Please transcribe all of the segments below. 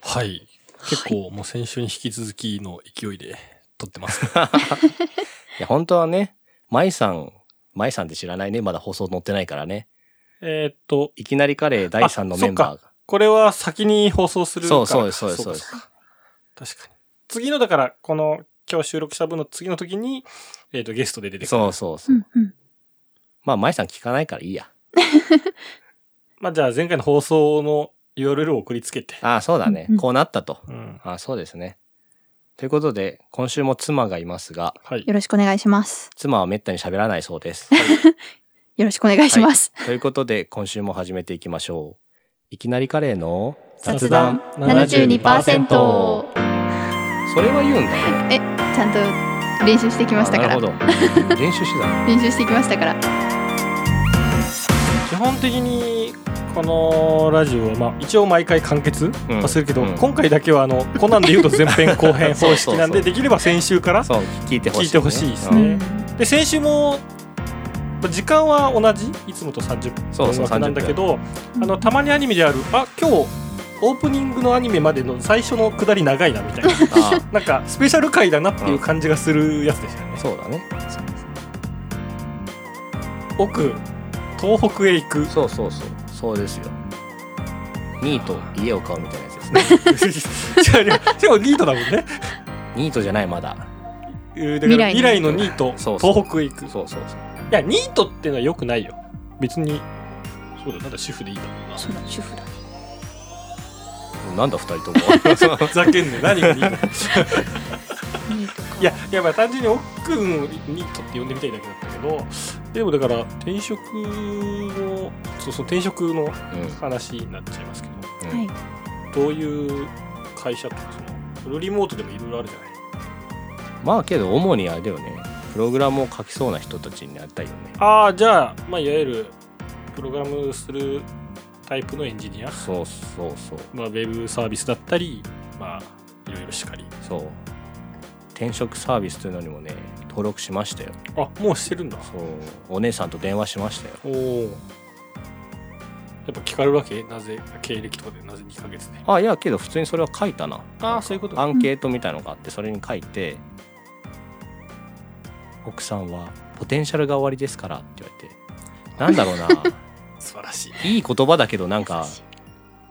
はい。結構、もう先週に引き続きの勢いで撮ってます。いや、本当はね、舞さん、舞さんって知らないね。まだ放送載ってないからね。 えーっと、いきなりカレー第3のメンバーが。これは先に放送するからそうそうですそうですそうですかか確かに。次の、だから、この、今日収録した分の次の時に、えーっと、ゲストで出てくる。そうそうそうう。んうん。まあ、舞さん聞かないからいいや。まあ、じゃあ前回の放送の URL を送りつけて。ああ、そうだねうんう。んこうなったと。うん。ああ、そうですね。ということで、今週も妻がいますが、はいよ。ろしくお願いします。妻はめったに喋らないそう です。よろしくお願いします。ということで、今週も始めていきましょう。いきなりカレーの雑談72%それは言うんだ。え、ちゃんと練習してきましたかあならるほ。ど。練習してた ね練習してきましたから。基本的に、このラジオは、まあ、一応毎回完結うんはするけど、うん今回だけは、あの、コナンで言うと前編 後編方式なんそうそうそで、うできれば先週からそう、聞いてほしい、聞いてほしいですうねうんん。で先週もまあ時間は同じいつもと30そう分そう枠なんだけど分あのたまにアニメであるあ今日オープニングのアニメまでの最初の下り長いなみた いなあなんかスペシャル回だなっていう感じがするやつですよねあ、そうだね。奥東北へ行 くそうそうそう。そうですよ。ニート、家を買うみたいなやつで すね。違う違うでもニートだもんねニートじゃない、まうだ。んだから未未来来ののニニートそうそう東北へ行くいそうそうそう。やニートってのはよくないよ別にそうだなんだ主婦でいいだろうなそうだ、主婦だ。なんだ、二人とも。ふざけんね何がニートいいとか。いや、いやまあ単純に奥くんをニートって呼んでみたいだけだったけど、でもだから転職の、そうそう転職の話になっちゃいますけうんはい。ど、どういう会社とかその、フルリモートでもいろいろあるじゃないまあけど、主にあれだよね。プログラムを書きそうな人たちになりたいよね。ああ、じゃあ、まあいわゆるプログラムするタイプのエンジニア、そうそうそう。まあウェブサービスだったり、まあいろいろしかり。そう。転職サービスというのにもね、登録しましたよ。あ、もうしてるんだ。そう。お姉さんと電話しましたよ。おお。やっぱ聞かれるわけなぜ経歴とかでなぜ2ヶ月で。あ、いや、けど普通にそれは書いたな。ああ、そういうことアンケートみたいのがあってそれに書いて「奥さんはポテンシャルが終わりですから」って言われてなんだろ うな素晴らしい。いい言葉だけどなんか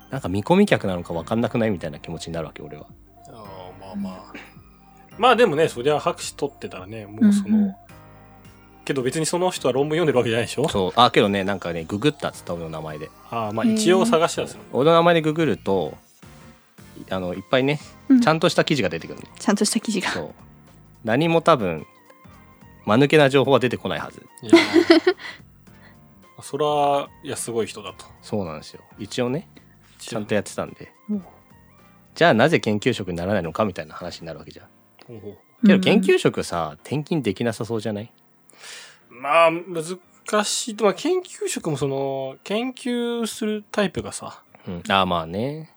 なんか見込み客なのか分かんなくないみたいな気持ちになるわけ俺はああまあまあまあでもねそりゃ拍手取ってたらねもうその、うんうんけど別にその人は論文読んでるわけじゃないでしょそうあけどねなんかねググったっつった俺の名前でああまあ一応探してたんですよ俺の名前でググるとあのいっぱいねうんちゃんとした記事が出 てくるの、ちゃんとした記事が。そう何も多分間抜けな情報は出てこないはずいやーそらいやすごい人だとそうなんですよ一応ねちゃんとややってたんでうんじゃあなぜ研究職にならないのかみたいな話になるわけじゃんうんけど研究職さ、転勤できなさそうじゃないまあ難しい、まあ、研究職もその研究するタイプがさうん。ああ、まあね。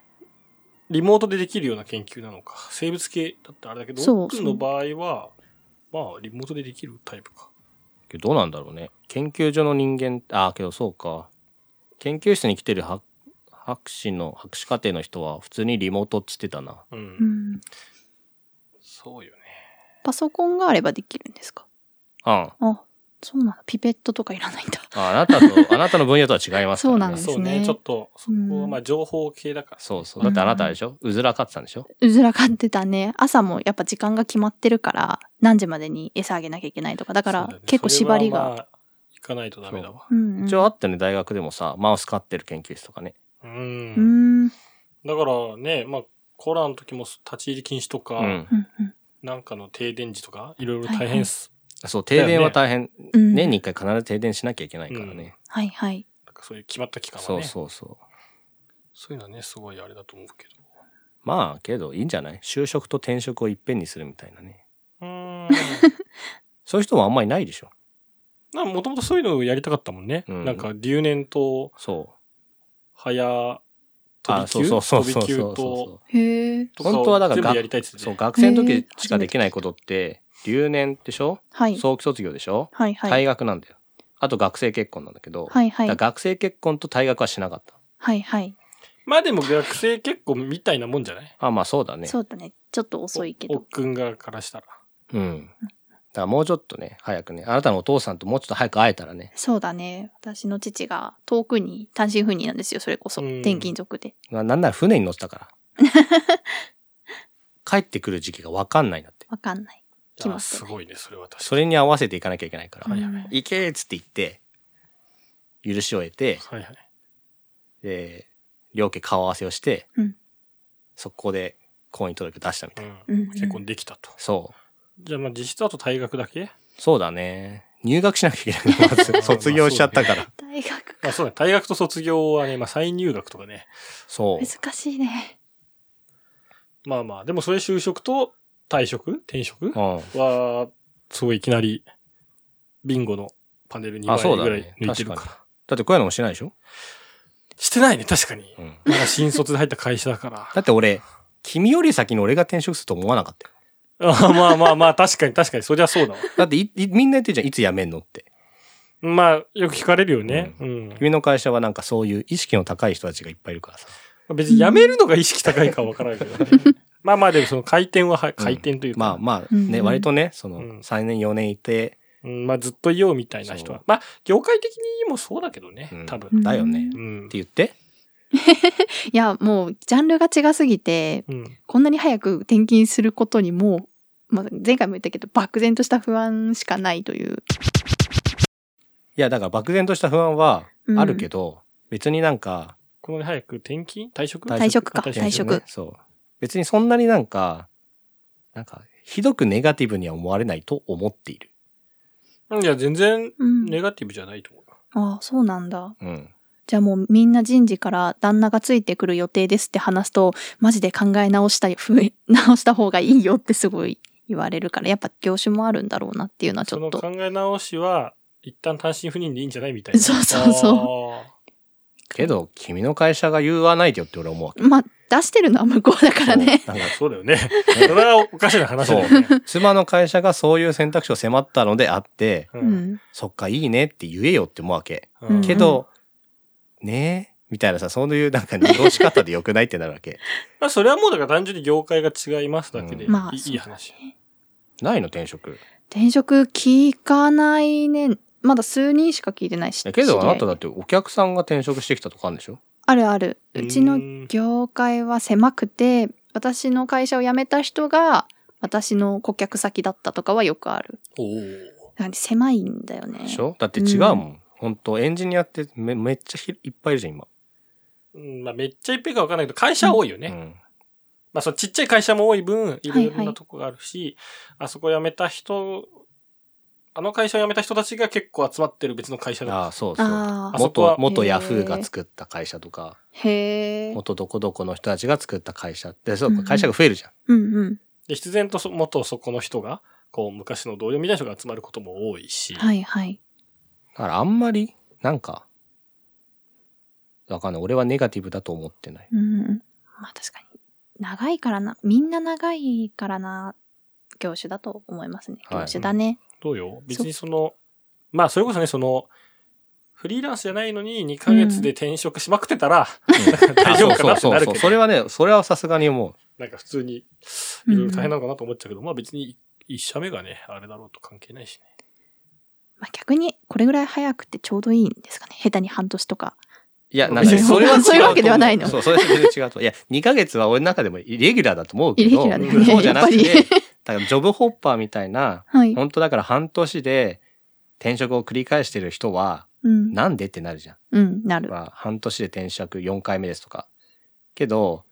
リモートでできるような研究なのか生物系だってあれだけどそう僕の場合はまあリモートでできるタイプかけどどうなんだろうね。研究所の人間、ああ、けどそうか。研究室に来てる博博士の、博士課程の人は普通にリモートっつってたな。ううんん。そうよねパソコンがあればできるんですかうん。ああ、そうなんだ。ピペットとかいらないんだ。あなた と、あなたの分野とは違いますからね。そうなんですそうね、ねちょっと、そこはまうあ情報系だから。そうそう。だってあなたあれでしょうずらかってたんでしょうずらかってたね。朝もやっぱ時間が決まってるから、何時までに餌あげなきゃいけないとか、だかそらうだね結構縛り。それはが。まあ行かないとダメだわ。うんうん。一応あったね、大学でもさ、マウス飼ってる研究室とかね。う。うんん。うんだからね、まあ、コラの時も立ち入り禁止とか、うん。うん。なんかの停電時とか、いろいろ大変っす。そう、停電は大変。うん年に一回必ず停電しなきゃいけないからね。はいはい。なんかそういう決まった期間はね。そそううそうそう。いうのはね、すごいあれだと思うけど。まあけどいいんじゃない就職と転職をいっぺんにするみたいなねうーん。そういう人もあんまりないでしょなんかもともとそういうのをやりたかったもんね。うんなんか留年とそ早う飛び級そうそうそう飛び級そうそうと、へえ。とかを本当はだから全部やりたいっつっててそう学生の時しかできないことって留年でしょ、はい。早期卒業でしょ、はいは退い。学なんだよあと学生結婚なんだけど、はいはだい。から学生結婚と退学はしなかったはいはい。まあでも学生結構みたいなもんじゃないあ、まあそうだね。そうだね。ちょっと遅いけおど。くん側からしたら。うん。だからもうちょっとね、早くね、あなたのお父さんともうちょっと早く会えたらね、そうだね。私の父が遠くに単身赴任なんですよ、それこそ。うん転勤族で。ななんなら船に乗ってたから。 帰ってくる時期がわかんないんだって。わかんない。決まあってすないごいね、それは確そかに。れに合わせていかなきゃいけないから、うん行けーっつって行って、許しを得て、はいはい。で、両家顔合わせをして、うん速攻で婚姻届を出したみたいな。うんうん結婚できたと。そう。じゃあまあ実質あと退学だけそうだね。入学しなきゃいけないの まず卒業しちゃったから。大学まあそうね、退学と卒業はね、まあ再入学とかね。そう。難しいね。まあまあ、でもそれ就職と退職転職うん。は、すごいいきなり、ビンゴのパネル2あ、そう枚だぐらねい。抜いて確るかかに。ら。だってこういうのもしないでしょしてないね、確か に。うん。まだ新卒で入った会社だから。だって俺、君より先に俺が転職すると思わなかったよ。あまあまあまあ、確かに確かに、そりゃそうだわ。だっていいみんな言ってるじゃん、いつ辞めんのって。まあ、よく聞かれるよね。うん。君の会社はなんかそういう意識の高い人たちがいっぱいいるからさ。別に辞めるのが意識高いかは分からないけどね。 まあまあ、でもその回転はは、回転というか、まあまあ、うんうね、ん割とね、そうのん3年4年いて、うんまあずっといようみたいな人そは。まあ、業界的にもそうだけどねうん、多分。う んだようね。ってん。言って。いや、もう、ジャンルが違すぎて、うん。こんなに早く転勤することにもう、まあ、前回も言ったけど、漠然とした不安しかないという。いや、だから漠然とした不安はうんあるけど、別になんか、この早く転勤退職退職かあ退職ねそう。別にそんなになんか、なんか、ひどくネガティブには思われないと思っている。うんいや、全然、うん。ネガティブじゃないと思う。ああ、そうなんだ。うん。じゃあもうみんな人事から旦那がついてくる予定ですって話すと、マジで考え直したい、ふえ直した方がいいよってすごい言われるから、やっぱ業種もあるんだろうなっていうのはちそょっのと。考え直しは、一旦単身赴任でいいんじゃないみたいな。。そうそうそうけど、君の会社が言わないでよって俺は思うわけ。まあ、出してるのは向こうだからね。そうなんかそうだ よね。それはおかしな話だよね。妻の会社がそういう選択肢を迫ったのであって、うう。ん。そっか、いいねって言えよって思うわけ。うんけど、ねえ、みたいなさ、そういうなんか濁し方でよくないってなるわけ。まあ、それはもうだから単純に業界が違いますだけで、うんまあいいいい話。ないの転職。転職聞かないね。まだ数人しか聞いてないし。けど、あな知りた合いだってお客さんが転職してきたとかあるんでしょあるある。うちのうん業界は狭くて、私の会社を辞めた人が、私の顧客先だったとかはよくある。おなんか狭いんだよね。でしょだって違うもん。本当エンジニアってめめっちゃひいっぱいいるじゃん、今。うん、まあ、めっちゃいっぺんかわかんないけど、会社は多いよね。うんまあ、そのちっちゃい会社も多い分、いろいろはいはないとこがあるし、あそこ辞めた人、あの会社を辞めた人たちが結構集まってる別の会社だ。ああ、そうそう。あーあそこは元、元へーヤフーが作った会社とか、へえ。元どこどこの人たちが作った会社って、そうんうう、ん会社が増えるじゃん。うんうん。で、必然とそ元そこの人が、こう、昔の同僚みたいな人が集まることも多いし、はいはい。だからあんまり、なんか、わかんない。俺はネガティブだと思って ない。うんうん。まあ確かに。長いからな。みんな長いからな。業種だと思いますね。はい業種だね。どうよ別にその、まあ、それこそね、その、フリーランスじゃないのに2ヶ月で転職しまくってたら、 大丈夫かなあそってうそうなるそけう。どそれはね、それはさすがに思う。なんか普通に、いろいろ大変なのかなと思っちゃうけど、まあ別に一社目がね、あれだろうと関係ないしね。まあ逆に、これぐらい早くてちょうどいいんですかね。下手に半年とか。いや、なんかね、いやそれは違うと思。そういうわけではないのそう、それは全然違うと思う。いや、2ヶ月は俺の中でもイレギュラーだと思うけど、イレギュラーだよねそうじゃなくやて っ、だからジョブホッパーみたいな、はい。本当だから半年で転職を繰り返してる人は、うん。なんでってなるじゃん。うん、なる。まあ、半年で転職4回目ですとか。けど、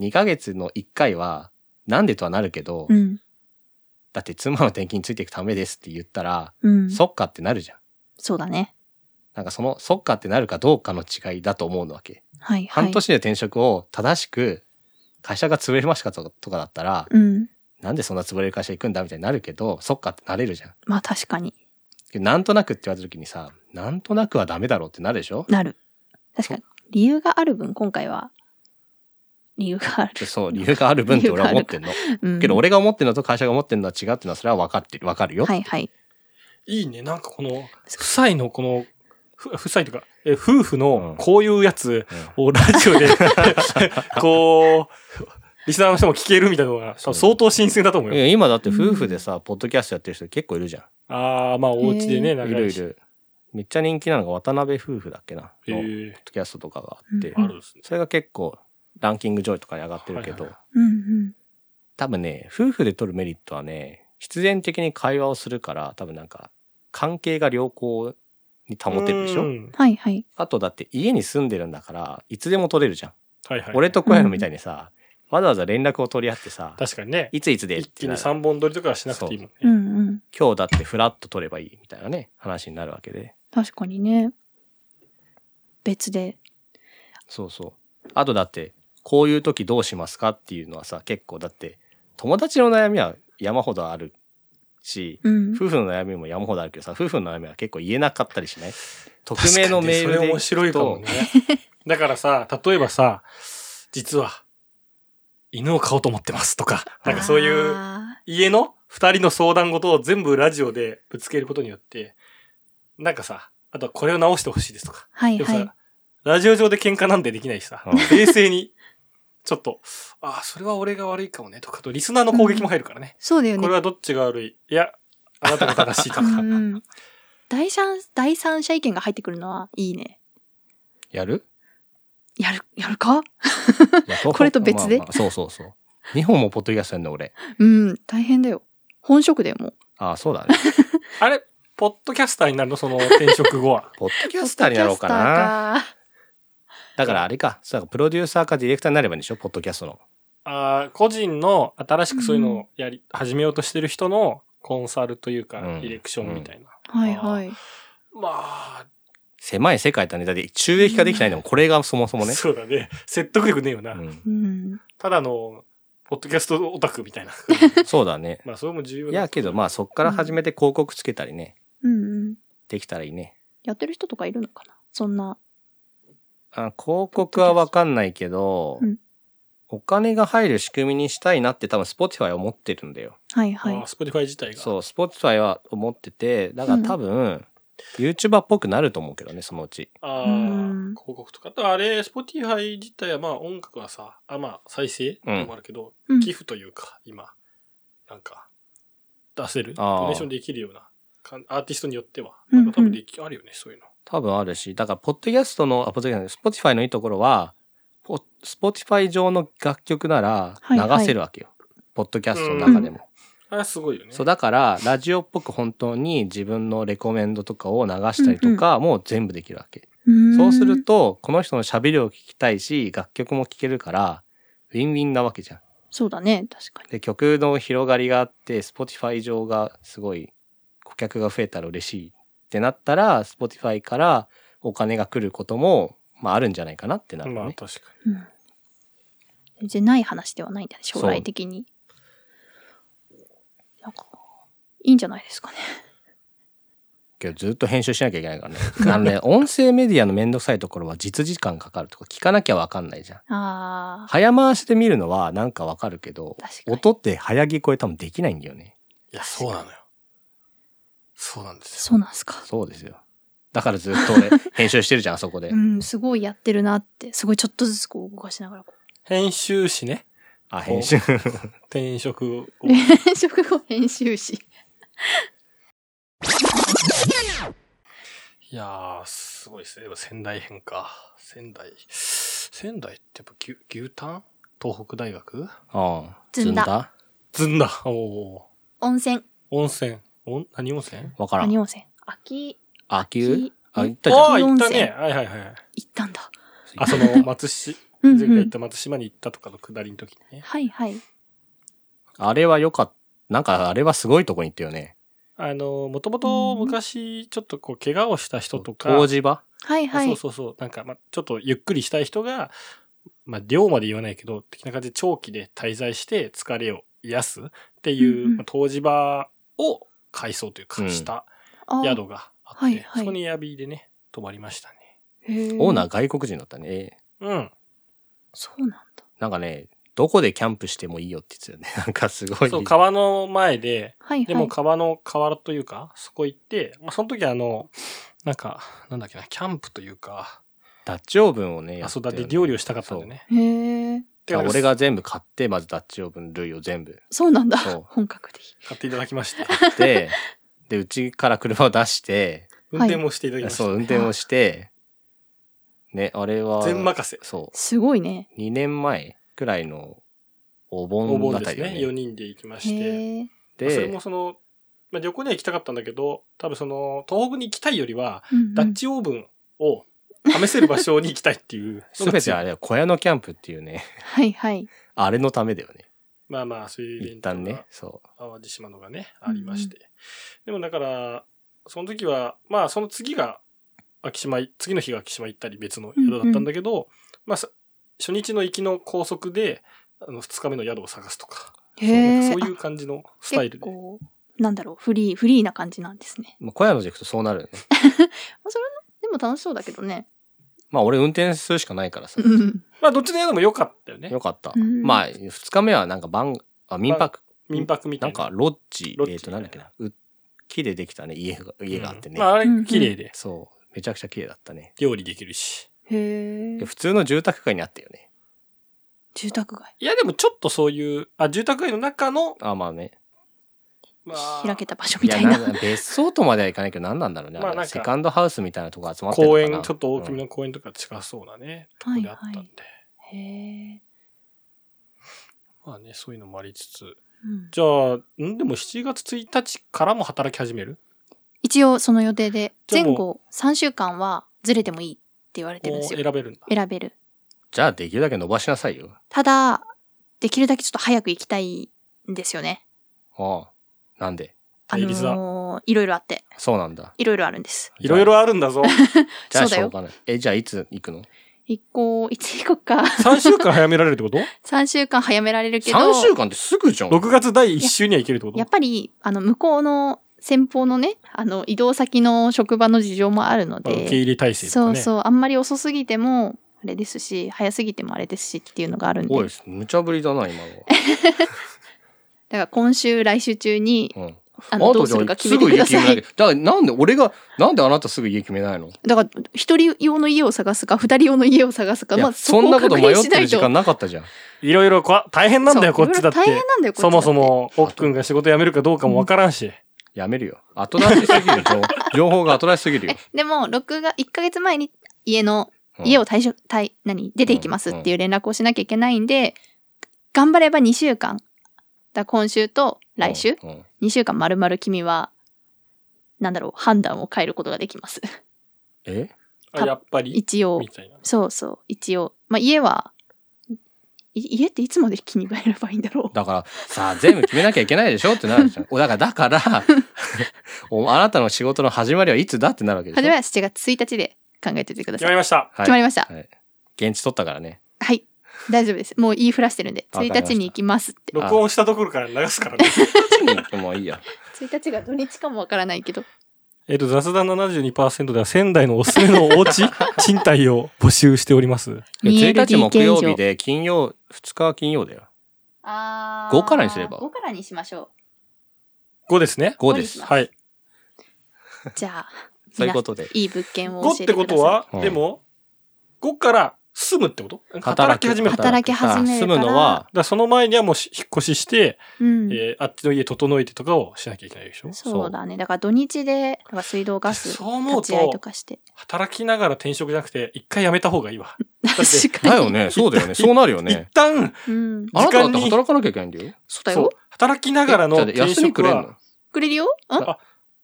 2ヶ月の1回は、なんでとはなるけど、うん。だって妻の転勤についていくためですって言ったら、うん。そっかってなるじゃん。そうだね。なんかその、そっかってなるかどうかの違いだと思うわけ。はいはい。半年で転職を正しく会社が潰れましたとかとかだったら、うん。なんでそんな潰れる会社行くんだみたいになるけどそっかってなれるじゃんまあ確かにけどなんとなくって言われた時にさなんとなくはダメだろうってなるでしょなる。確かに。理由がある分、今回は、理由がある。そう理由がある分って俺は思ってんのうんけど、俺が思ってんのと会社が思ってんのは違うっていうのはそれは分かってる分かるよ、はいはい。いいね、なんかこの、夫妻のこの、ふ夫妻というか、え夫婦のこういうやつをラジ オで、こう、リスナーの人も聞けるみたいなのが、多分相当新鮮だと思ういよ。や今だって夫婦でさ、ポッドキャストやってる人結構いるじゃああ、まあ、お家でね、ん。長いるいいし。る。めっちゃ人気なのが渡辺夫婦だっけな。えのポッードキャストとかがあって。うんあるんですね。それが結構ランキング上位とかに上がってるけど、はいはいうんうん。多分ね、夫婦で撮るメリットはね、必然的に会話をするから、多分なんか、関係が良好に保てるでしうょんはいはい。あとだって家に住んでるんだから、いつでも撮れるじゃん。はいはい。俺と小屋のみたいにさ、わざわざ連絡を取り合ってさ、確かにね、いついつでっ一て気なにる3本撮りとかはしなくていいもんね。うんうん。今日だってフラッと取ればいいみたいなね、話になるわけで。確かにね。別で。そうそう。あとだって、こういう時どうしますかっていうのはさ、結構だって、友達の悩みは山ほどあるし、うん。夫婦の悩みも山ほどあるけどさ、夫婦の悩みは結構言えなかったりしない匿名の確かにメールそれで面白いかもね。だからさ、例えばさ、実は、犬を飼おうと思ってますとか、なんかそういうあ家の二人の相談事を全部ラジオでぶつけることによって、なんかさ、あとはこれを直してほしいですとか。ー。はいでもさ、はい。ラジオ上で喧嘩なんてできないしさうん、冷静に、ちょっと、ああ、それは俺が悪いかもねとか、あとリスナーの攻撃も入るからね。そうだよこねれ。はどっちが悪いいや、あなたが正しいとか。うんうん。第三、第三者意見が入ってくるのはいいね。や るやる、やるかいやそうこれと別でまあまあそうそうそう。2本もポッドキャストやんの俺。うん、大変だよ。本職でもう。ああ、そうだ ね。 あれ、ポッドキャスターになるのその転職後は。ポッドキャスターになろうかな。ポッドキャスターかだからあれか、そうだプロデューサーかディレクターになればいいんでしょ、ポッドキャストの。あー個人の新しくそういうのをやり、始めようとしてる人のコンサルというか、うんディレクションみたいな。はいはい。まあ、狭い世界とネタで収益化できないのも、これがそもそ もね。そうだね。説得力ねえよな。うんうん。ただの、ポッドキャストオタクみた いな。そうだね。まあ、それも重要いだや、けどまあそっから始めて広告つけたりね、うんうん。できたらいいね。やってる人とかいるのかなそんな。あ広告はわかんないけど、うんお金が入る仕組みにしたいなって多分 Spotify は思ってるんだよ。はいはいあ。スポティファイ自体が。そう、Spotify は思ってて、だから多分、YouTuber っぽくなると思うけどね、そのうち。ああ、うん広告とか。あれ、スポティファイ自体はまあ音楽はさ、あまあ再生うんでもあるけど、うん寄付というか、今、なんか、出せる、あードネーションできるようなかん、アーティストによっては、うんなうんんか多分でき、あるよね、そういうの。多分あるし、だから、ポッドキャストの、あ、ポッドキャスト、Spotify のいいところは、ポスポティファイ上の楽曲ならはいはい流せるわけよ。ポッドキャストの中でも。あれすごいよね。そう、だから、ラジオっぽく本当に自分のレコメンドとかを流したりとか、もう全部できるわけ。そうすると。と、この人の喋りを聞きたいし、楽曲も聴けるから、ウィンウィンなわけじゃん。そうだね、確かに。で、曲の広がりがあって、Spotify 上がすごい顧客が増えたら嬉しいってなったら、Spotify からお金が来ることも、まああるんじゃないかなってなるよまあね。確かうん。全然ない話ではないんだね、将そう来的に。なんか、いいんじゃないですかね。けどずっと編集しなきゃいけないからね。あのね、 音声メディアのめんどくさいところは実時間かかるとか聞かなきゃわかんないじゃん。ああ。早回しで見るのはなんかわかるけど確、かに音って早聞こえ多分できないんだよね。に。いや、そうなのよ。そうなんですよ。そうなんすか。そうですよ。だからずっ と俺編集してるじゃん、あそこで。うん、すごいやってるなって、すごいちょっとずつこう動かしながらこ う。編集士ね。あ、編集。転職を。転職後編集し。いやー、すごいですね。でも仙台編か。仙台。仙台ってやっぱ牛牛タン東北大学 うん。ずんだずんだ。おお温泉。ー。温泉。おん何温泉わから何ん。温泉秋、あ、急あ、行ったじゃん。ああ、滝行温った泉ね。はいはいはい。行ったんだ。あ、そ の、松島、うん前う回行っん。た松島に行ったとかの下りの時にね。はいはい。あれは良かった。なんかあれはすごいとこに行ったよね。あの、もともと昔、ちょっとこう、怪我をした人とか、工事場はいはそうい。そうそう。なんか、まあ、ちょっとゆっくりしたい人が、まあ、量まで言わないけど、的な感じで長期で滞在して疲れを癒すっていう、うんうんまあ、湯治場を改装といううか、んしたあー宿があって、はいはそいこにエアビーでね、泊まりましたね。へオーナーー。外国人だったね。えーうん。そうなんだ。なんかね、どこでキャンプしてもいいよって言ってたよね。 なんかすごい。そう、川の前で、はいはい。でも川の河原というか、そこ行って、まあ、その時あの、なんか、なんだっけな、キャンプというか、ダッチオーブンをね、やあ、ってそんうだだ、よでね料理をしたかったんでね。へえ。そうだから俺がで全部買って、まずダッチオーブン類を全部そうなんだそう。本格的。買っていただきま して、買って、で、うちから車を出して、運転もしていただきましたそう、運転をして、ね、あれは、全任せ。そすごいね。う、2年前くらいのおお盆盆だっでたすりよね。ね。 4人で行きまして。へえ。まあそれでも、その、まあ、旅行には行きたかったんだけど、多分その、東北に行きたいよりは、うんうんダッチオーブンを試せる場所に行きたいって いう。すべてあれは小屋のキャンプっていうね、はいはい。あれのためだよね。まあまあ、そういうイベ一ントが旦ね、そう。淡路島のがね、うんうあんりまして。でもだから、その時は、まあその次が、秋島い、次の日が秋島行ったり別の宿だったんだけど、まあさ初日の行きの高速で、あの、二日目の宿を探すとか、へえ。そういあう感じのスタイル結で。構、なんだろう、フリー、フリーな感じなんですね。まあ、小屋の軸とそうなるよね。でも楽しそうだけどね。まあ俺運転するしかないからさう、ん。まあどっちの宿も良かったよねよ。かった。うんまあ、2日目はなんか晩、あ、民泊、民泊みたないんな。かロッジ、ロッジえっ、となんだっけな、う木でできたね、家が、家があってうね。んまああれうんうん、綺麗で、そう。めちゃくちゃ綺麗だったね。料理できるし。 へえいや。普通の住宅街にあったよね。住宅街。いやでもちょっとそういう、あ、住宅街の中の、あ、まあね。まあ、開けた場所いみや、たいな。なんか別荘とまではいかないけど、何なんだろうね。まああれなんかセカンドハウスみたいなとこ集まってるの公かな。園、ちょっと大きめうんの公園とか近そうなね、とはこいであったんで。はいへえ。まあね、そういうのもありつつ。うんじゃあ、んでも7月1日からも働き始める一応その予定で、じゃあも前う後3週間はずれてもいいって言われてるもんうです選よ。べるんだ。選べる。じゃあ、できるだけ伸ばしなさいよ。ただ、できるだけちょっと早く行きたいんですよね。ああ。なんであ平日だのーいろいろあって、そうなんだ。いろいろあるんです。いろいろあるんだ ぞ。じゃあ、そうしだょうよ。がない。え、じゃあ、いつ行くの一個、いつ行こうか。 3週間早められるってこと3週間早められるけど、 ?3 週間ってすぐじゃん。 ?6 月第1週には行けるってことやっぱり、あの、向こうの先方のね、あの、移動先の職場の事情もあるのまあ受で、け入れ体制とそかうね。そう、あんまり遅すぎても、あれですし、早すぎてもあれですしっていうのがあるんで、おいだか、無茶ぶりだな、今のは。ら今週、来週中に、うん。あの、どうじすゃるあか決めてくださすぐ家決めないきゃ。だから、なんで、俺が、なんであなたすぐ家決めないのだから、一人用の家を探すか、二人用の家を探すか、いやまあ、そんこをなこと確迷認っしなてるい時と。間なかったじゃん。いろいろこわ大変なんだよ、そこうっちだっていろいろ大。変なんだよ、こっちだそってもそ。も、奥くんが仕事辞めるかどうかもわからんし。やめるよ。後出しすぎる。情報情 報が後出しすぎるよえ。、でも、録画、1ヶ月前に家の、うん家を退職、退、何、出ていきますっていう連絡をしなきゃいけないんで、頑張れば2週間。だから今週と来週、うんうん2週間丸々君は、なんだろう、判断を変えることができ ます。えあやっぱり、一応み、たいな。そうそう、一応。まあ、家は、い家っていつまで気に入ればいいんだろう。だから、さあ、全部決めなきゃいけないでしょってなる じゃん。おだから、だから、 おあなたの仕事の始まりはいつだってなるわけでしょ。初めは7月1日で考えておいてくだ決さまい。りました。はい決まりました。はい。現地取ったから ね。はい。大丈夫です。もう言いふらしてるんで、わかり1ました日に行きますって。録音したところから流すからね。もういい や。 1日が土日かもわからないけど。えっと、雑談72%では仙台のおすすめのお 家、賃貸を募集しております。 1日 2LDK 木曜以上日で、金曜、2日は金曜だよ。あー5からにすれば5からにしましょ5ですね。 5です五。はい。う。じゃあ、そういうことで。いい物件を教5っえててください。ことは、うんでも、5から住むってこと働き始める。だか働き始めるあ住むのは、らその前にはもうし引っ越しして、うん。えーあっちの家整えてとかをしなきゃいけないでしょそうだね。だから土日で、だから水道ガス、そう思うと立ち会いとかして。働きながら転職じゃなくて、一回辞めた方がいいわ。て確だかに。よね。そうだよね。そうなるよね一。旦、うん。あなただって時間に働かなきゃいけないんだよ。そうだそうよ。働きながらのえだって転休みく職れんはの、くれるよんあ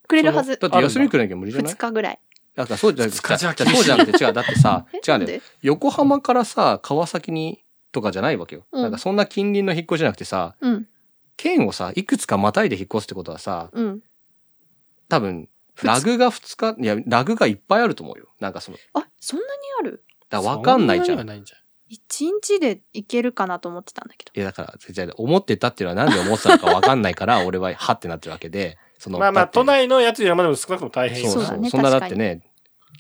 くれるはずだ。って休みくれなきゃ無理じゃない2日ぐらい。だからそうじゃなく二日じゃて、厳しいそうじゃなくて、違う。だって さ、違なうんんだよ。で横浜からさ、川崎に、とかじゃないわけよ。うんなんかそんな近隣の引っ越しじゃなくてさ、うん。県をさ、いくつかまたいで引っ越すってことはさ、うん。多分、ラグが2日、いや、ラグがいっぱいあると思うよ。なんかその、あ、そんなにあるだからわかんないじゃん。そいなにはないじゃん ?1 日で行けるかなと思ってたんだけど。や、だから、じゃあ思ってたっていうのはなんで思ってたのかわかんないから、 俺は、はってなってるわけで、その、まあまあ、だって都内のやつよりまでも少なくとも大変そうそそううだそねんなだ確っかにてね、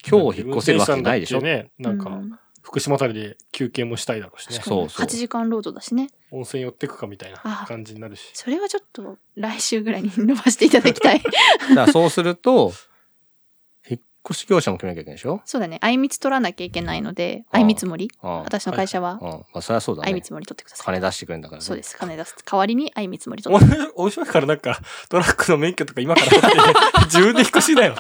今日引っ越せるわけないでしょ。運転手さんだってね、うなんか、ん福島あたりで休憩もしたいだろうしね確。かそにうそう8時間労働だしね。温泉寄ってくかみたいな感じになるし。それはちょっ と来週ぐらいに伸ばしていただきたい。だからそうすると、引っ越し業者も決めなきゃいけないでしょそうだね。あいみつ取らなきゃいけないので、あああいみつもりああ私の会社はう、ん。まあ、そりゃそうだあいみね。つもり取ってください。金出してくれんだからね。そうです。金出す。代わりにあいみつもり取おって。面白いからなんか、トラックの免許とか今から取って、 自分で引っ越しだよ。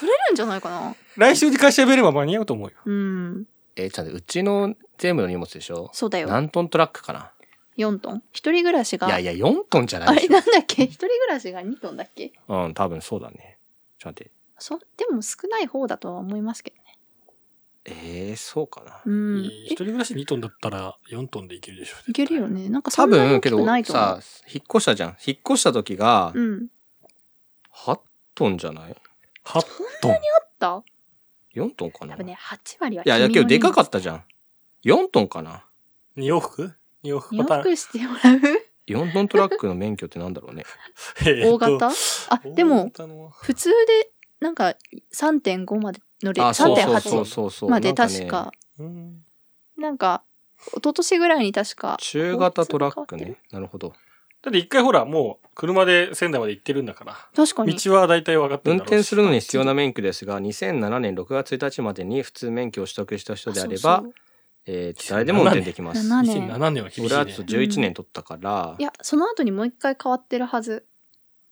取れるんじゃないかな来週に会社辞めれば間に合うと思うよ。うん。えー、ちゃんとうちの全部の荷物でしょそうだよ。何トントラックかな4トン。一人暮らしが、いやいや、4トンじゃなあいでれしょなんだっけ一人暮らしが2トンだっけうん、多分そうだね。ちょっと待って。そでも少ない方だとは思いますけどね。えー、そうかな。うん。一人暮らし2トンだったら4トンでいけるでしょ。えいけるよね。なんかそ多んなに分、大けきくどないと思う。さ、引っ越したじゃん。引っ越した時が、うん。 8トンじゃない8トン。あった ?4 トンかな多分ね、8割はいや、いやけどでかかっったじゃん。4トンかな2往復 ?2 往復た。よパターン。くしてもらう ?4 トントラックの免許ってなんだろうね。えー大っと型あ、で大も、型の普通で、なんか3.5までのレ、あ、そうそうそ3.8うそうそう。まなでん確ねか、うんなんか、一昨年ぐらいに確か、中型トラック交通変わね。なるほど。だって一回ほら、もう車で仙台まで行ってるんだから。確かに。道は大体分かってる運んだろう転しするのに必要な免許ですが、2007年6月1日までに普通免許を取得した人であれば、そうえー誰でも運転できます。 2007年2007年は厳し俺い、はちょっねと。11年取ったからそうい、や、その後にもう一回変わってるはず。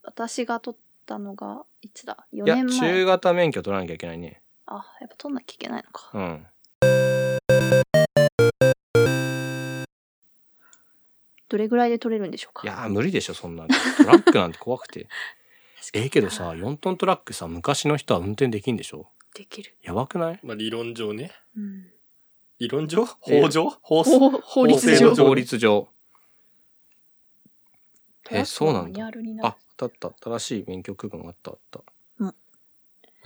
私が取ったのが、いつだ ?4 いや、年前。中型免許取らなきゃいけないね。あ、やっぱ取んなきゃいけないのか。うん。どれぐらいで取れるんでしょういかやー、無理でしょ、そんなん。トラックなんて怖くて。ええけどさ、4トントラックさ、昔の人は運転できんでしょできる。やばくないまあ理論上ね。うん。理論上法上法法法律制上度。上法律上。トラックのそうなんだマニュアルになるあ、当たった。新しい免許区分あった、あった。うん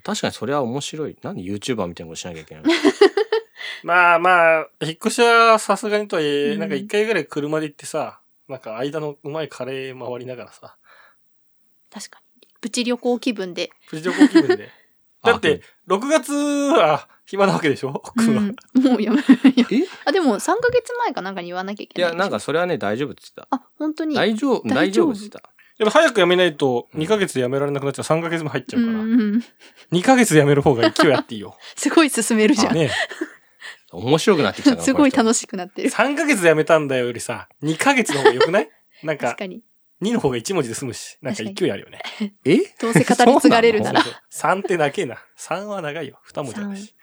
確かにそれは面白い。何 YouTuber みたいなことしなきゃいけ ないまあまあ、引っ越しはさすがにとはいえ、うんなんか一回ぐらい車で行ってさ、なんか間のうまいカレー回りながらさ、確かに。プチ旅行気 分で。プチ旅行気分で。の。だって、6月は暇なわけでしょう僕は。ん、もうやめあ、えいあ、でも3ヶ月前かなんかに言わなきゃいけない。や、なんか。それはね、大丈夫って言ってあ、本た。当に。大丈夫、大大丈丈夫夫って言ってた。でも早く辞めないと2ヶ月で辞められなくなっちゃう。3ヶ月も入っちゃうから。うんうん。 2ヶ月で辞める方が勢いあっていいよ。すごい進める じゃん。ね面白くなってきたな すごいし楽しくなってる。 3ヶ月で辞めたんだよよりさ、2ヶ月の方が良くないなん 確か、かに。 2の方が1文字で済むし、なんか勢いあるよね。い。えどうせ語り継がれるならそうそう3ってだけな。3は長いよ。2文字あるし。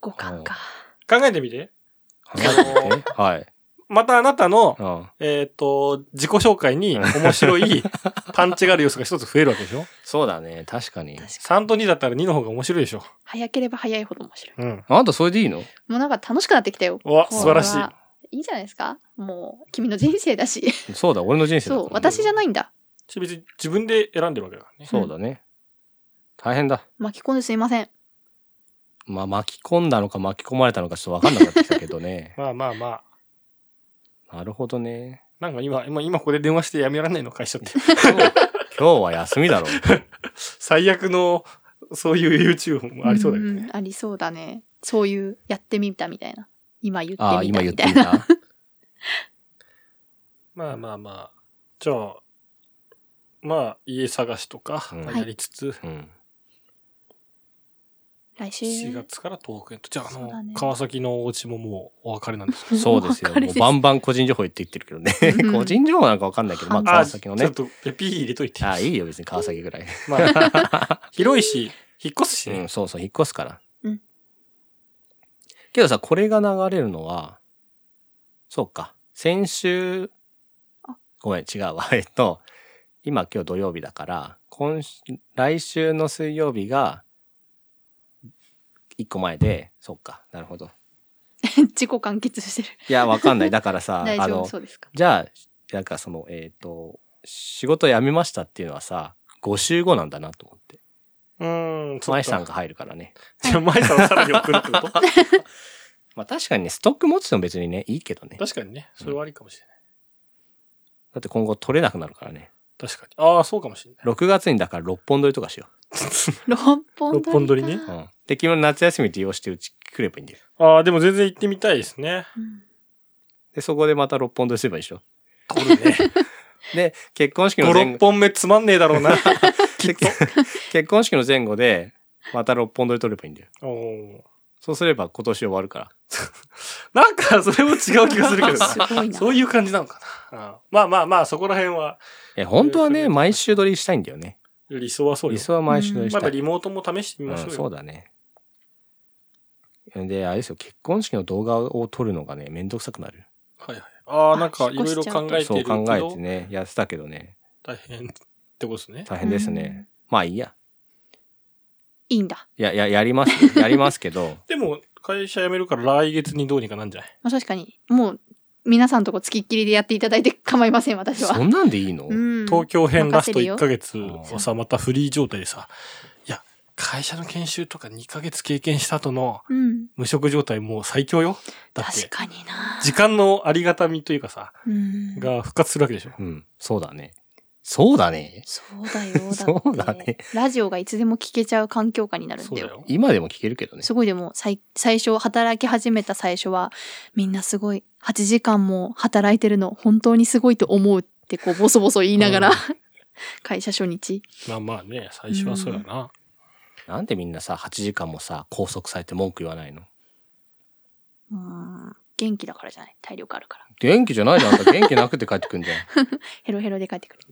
五感か。考えてみて。考えてみてはい。またあなたの、うんえっ、と、自己紹介に面白い パンチがある要素が一つ増えるわけでしょそうだね、確かに確。かに。 ?3 と2だったら2の方が面白いでしょ早ければ早いほど面白い。うん。あんたそれでいいのもうなんか楽しくなってきたよ。うわ、素晴らしいこれ。はいいじゃないですか。もう、君の人生 だし。そうだ、俺の人生だそう、からね私じゃないんだ。ち別に自分で選んでるわけだからね。。そうだね。大変だ。巻き込んですいません。まあ、巻き込んだのか巻き込まれたのかちょっとわかんなくなってきたけどね まあまあまあ。なるほどね。なんか今、今、今ここで電話してやめられないの、会社って。今日今日は休みだろう。最悪の、そういう YouTube もありそうだよんね。んありそうだね。そういう、やってみたみたいな。今言ってああ、み今た言っみてたみいな。た。まあまあまあ。じゃあ、まあ、家探しとか、うんまあやりつつ、うん。 来週。 4月から東北へと。じゃあ、あそうだの、ね川崎のお家ももうお別れなんですね。そうですよ。お別れもうバンバン個人情報言って言ってるけどね。うん個人情報なんかわかんないけど、 まあうん川崎のあね。ちょっと、ピー入れといて。ああ、いいよ、別に川崎ぐらい。まあ、 広いし、引っ越すしうねん、。そうそう、引っ越すから。うんけどさ、これが流れるのは、そうか。先週あ、ごめん、違うわ。 えっと、今今日土曜日だから、今週、来週の水曜日が、一個前で、そうか、なるほど。自己完結してる。いや、わかんない。だからさ、 大あ丈夫のそ、うですか。じゃあ、なんかその、えっ、と、仕事辞めましたっていうのはさ、5週後なんだなと思って。うん、舞さんが入るからね。 じゃあ、前さんをさらに送るってこと まあ確かにね、ストック持つのも別にね、いいけどね。確かにね、それはありかもしれない。だって今後取れなくなるからね。確かに。ああ、そうかもしれない。 6月にだから6本撮りとかしよ六本取り六か。本取りねう。うん。で、昨日夏休み利用してうち来ればいいんだよ。ああ、でも全然行ってみたいですね。うんで、そこでまた6本撮りすればいいでしょ。こ れね。で、結婚式5、の前6後、 本目つまんねえだろうな。結婚結婚式の前後で、また6本撮り撮ればいいんだよ。おーそうすれば今年終わるから。なんか、それも違う気がするけどすごいな。なそういう感じなのかな。あーまあまあまあ、そこら辺は、え、本当はね、毎週撮りしたいんだよね。理想はそう理よ。想は毎週撮りましあ、やたっぱい。リモートも試してみましょうんうそよ。うだね。で、あれですよ、結婚式の動画を撮るのがね、めんどくさくなる。はいはい。ああ、あなんか、いろいろ考えてそうるけ考えてど、ね、やってたけどね、大変ってことですね。。大変ですね。まあいいや。いいんだ。いや、や、やり ます。やりますけどでも、会社辞めるから来月にどうにかなんじゃないまあ、確かに、もう、皆さんとこ付きっきりでやっていただいて構いません、私は。そんなんでいいの、うん東京編ラスト任せるよ1ヶ月をさ、またフリー状態でさ、いや、会社の研修とか2ヶ月経験した後のうん。無職状態もう最強よ。だっ確て、かにな。時間のありがたみというかさ、うん。が復活するわけでしょ。うん、そうだね。そうだね。そう だよ。だってそうだね。ラジオがいつでも聞けちゃう環境下になるんそうだだよ。よ。今でも聞けるけどね。すごいでも最最初働き始めた最初はみんなすごい8時間も働いてるの本当にすごいと思うってこうボソボソ言いながら、うん 会社初日まあまあね、最初はそうやな。なんでみんなさ、8時間もさ、拘束されて文句言わないのうん元気だからじゃない体力あるから元気じゃないじゃん。あんた元気なくて帰ってくん じゃん。ヘロヘロで帰ってくる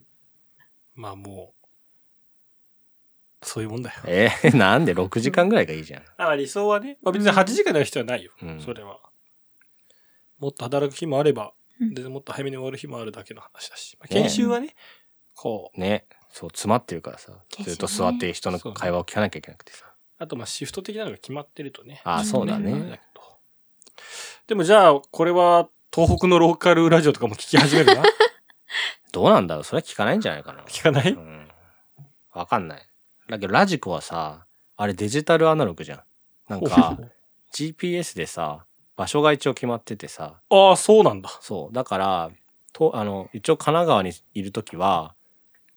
まあもう、そういうもんだよ。えーなんで6時間ぐらいがいいじゃん。あ理想はね、まあ別に8時間の必要はないよ。うんそれは。もっと働く日もあれば、うんでもっと早めに終わる日もあるだけの話だし。まあね研修はね、こう、ね。そう、詰まってるからさ。ずっと座って人の会話を聞かなきゃいけなくてさ。あとまあシフト的なのが決まってるとね。ああ、そうだね。。でもじゃあ、これは東北のローカルラジオとかも聞き始め るなどうなんだろうそれは聞かないんじゃないかな。聞かなういん。わかんない。だけどラジコはさ、あれデジタルアナログじゃん。なんか、GPS でさ、場所が一応決まっててさ、ああ、そうなんだ。そう。だから、と、あの、一応神奈川にいるときは、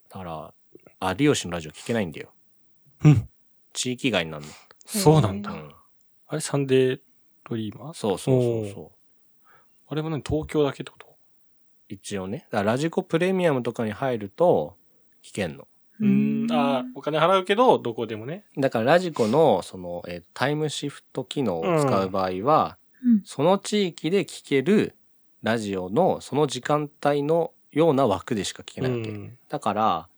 だから、有吉のラジオ聞けないんだよ。うん。地域外になるの。そうなんだう。ん。あれ、サンデードリーマーそうそうそうそう。あれもね、東京だけってこと一応ね。だからラジコプレミアムとかに入ると、聞けんの。うーん、ああ、お金払うけど、どこでもね。だからラジコの、その、えータイムシフト機能を使う場合は、うんその地域で聞けるラジオの、その時間帯のような枠でしか聞けうないわけ。ん。だから、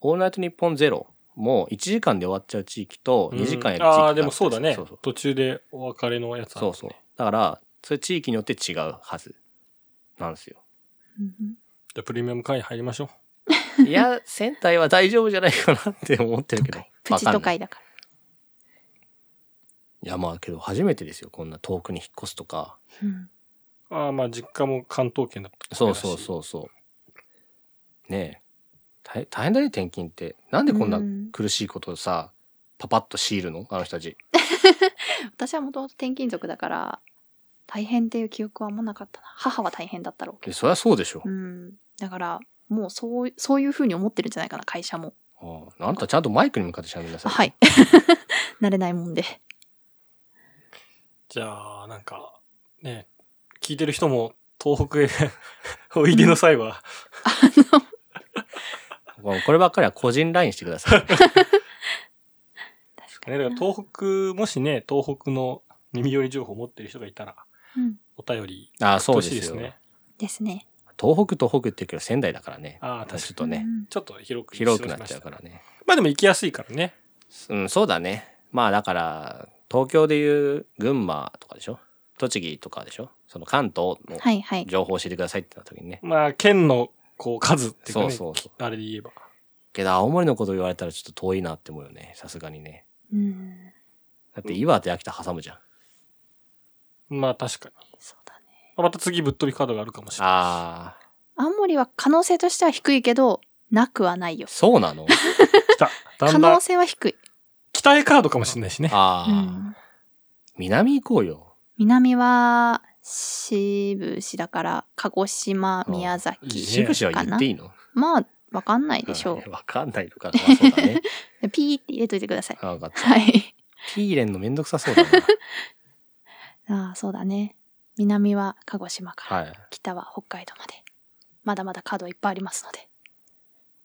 オールナイトニッポンゼロも1時間で終わっちゃう地域と2時間やる地域があああ、っでたりもそうだねそうそう。途中でお別れのやつあるそもんうねそう。だから、それ地域によって違うはずなんですよ。 うんじゃあ、プレミアム会員入りましょう。いや、仙台は大丈夫じゃないかなって思って るけど。プチ都わかんない会だからいや、まあけど初めてですよ。こんな遠くに引っ越すとか。うんああ、まあ、実家も関東圏だったそうそうう。そうそう。ねえ。大大変だね、転勤って。なんでこんな苦しいことをさ、パパッと強いるのあの人たち。私はもともと転勤族だから大変っていう記憶はあんまなかったな母は大変だったろうけでそりゃそうでしょ。どうんだからもうそうそういうふうに思ってるんじゃないかな会社もあああんたちゃんとマイクに向かって喋りなさい。はい。 慣れないもんでじゃあ、なんか、ね、聞いてる人も、東北へ おいでの際は、もうこればっかりは個人 LINE してくだ さい。ね、だから東北、もしね、東北の耳寄り情報を持ってる人がいたら、うんお便り、ああ、そう欲でしいですすよ。ね。ですね。東北、東北って言うけど仙台だからね。ああ、確かちょっに。とね、うんちょっと広く広くなっちゃうからね。まあでも行きやすいからね。うん、そうだね。まあだから、東京でいう群馬とかでしょ栃木とかでしょその関東のはいはい。情報を教えてくださいってなった時にね。まあ、県の、こう、数っていうか、ね、そうそうそあれで言えば。けど青森のこと言われたらちょっと遠いなって思うよね。さすがにね。うん。だって岩手、秋田挟むじゃん。まあ確かに。そうだね。また次ぶっ飛びカードがあるかもしれない。あー、青森は可能性としては低いけど、なくはないよ。そうなの来た。だ可んだ能ん、性は低い。北へカードかもしれないしね。あうー、ん。南行こうよ。南は、渋市だから、鹿児島、うん宮崎。いいねしぶしは言っていいのまあ、わかんないでしょ わかんないのかな。まあそうだね。う。ピーって入れといてください。あわかった。 はい。ピーレンのめんどくさそう だな。ああ、そうだね。南は鹿児島から、はい。北は北海道まで。まだまだカードはいっぱいありますので。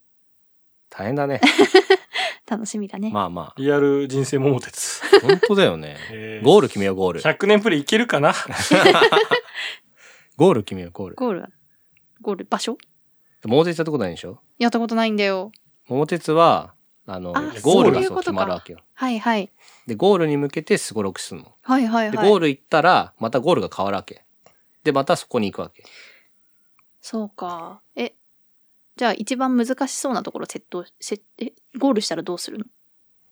大変だね。楽しみだね。まあまリアル人生桃 鉄。あ、本当だよね。えーゴール決めよう、ゴール。 100年プレイいけるかな ゴール決めよう、ゴール。ゴールは、ゴール、場所桃鉄やったことないでしょやったことないんだよ。桃鉄は、あの、あゴーそうルがいうそうこ決とかまるわけよ。はいはい。で、ゴールに向けてスゴロクするの。はいはいで、はい。ゴール行ったら、またゴールが変わるわけ。で、またそこに行くわけ。そうか。え、じゃあ一番難しそうなところセット、せえ、ゴールしたらどうするの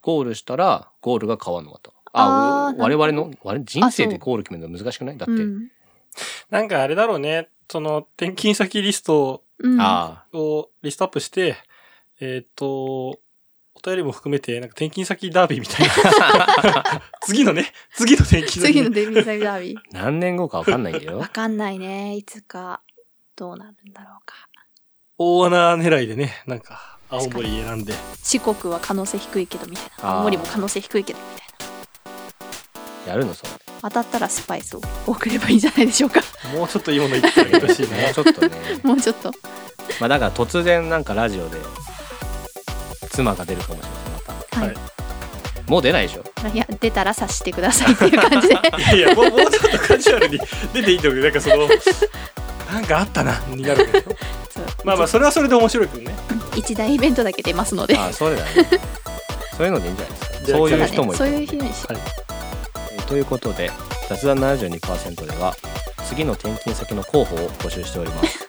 ゴールしたら、ゴールが変わるのまた。あ、あーお我々の、我々人生あそでうゴール決めるの難しくないだって。うん。なんかあれだろうね。その、転勤先リストうん、あをリストアップして、えーっ、と、お便りも含めて、なんか転勤先ダービーみたいな。 次のね、次の転勤先次ね、のデビューサイダービー。あ、何年後かわかんないんだよ わ。かんないね。いつか、どうなるんだろうか。大穴狙いでね、なんか、青森選んで。四国は可能性低いけどみたいな。あー青森も可能性低いけどみたいな。やるの、それ。当たったらスパイスを送ればいいんじゃないでしょうか。もうちょっといいもの言ってあげてほしいもうねち。ょっとね。もうちょっと。まあだから突然なんかラジオで妻が出るかもしれないまははいい。たもう出ないでしょいや、出たら察してくださいっていう 感じで。いやいや、もうもうちょっとカジュアルに 出ていいと思うけど、なんかその、なんかあったな、になるけど。そうまあまあ、それはそれで面白いけどね。一大イベントだけ出ますので。ああそうだよねそういうのでいいんじゃないですかじゃあそうそういだうね人もいるそういう日にしえーということで雑談72%では次の転勤先の候補を募集しております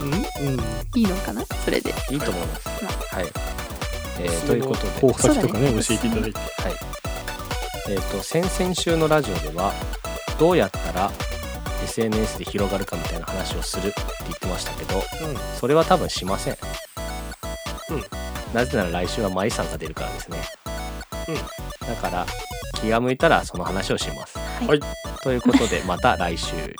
うんうん。いいのかなそれで。いいと思いますまはい、えーということで、候補先とかね、そうだね教えていただいて。はいえー、と先々週のラジオではどうやったら SNS で広がるかみたいな話をするって言ってましたけどうん。それは多分しません、うんなぜなら来週は舞さんが出るからですね、うだから気が向いたらその話をしますはいはいということでまた来週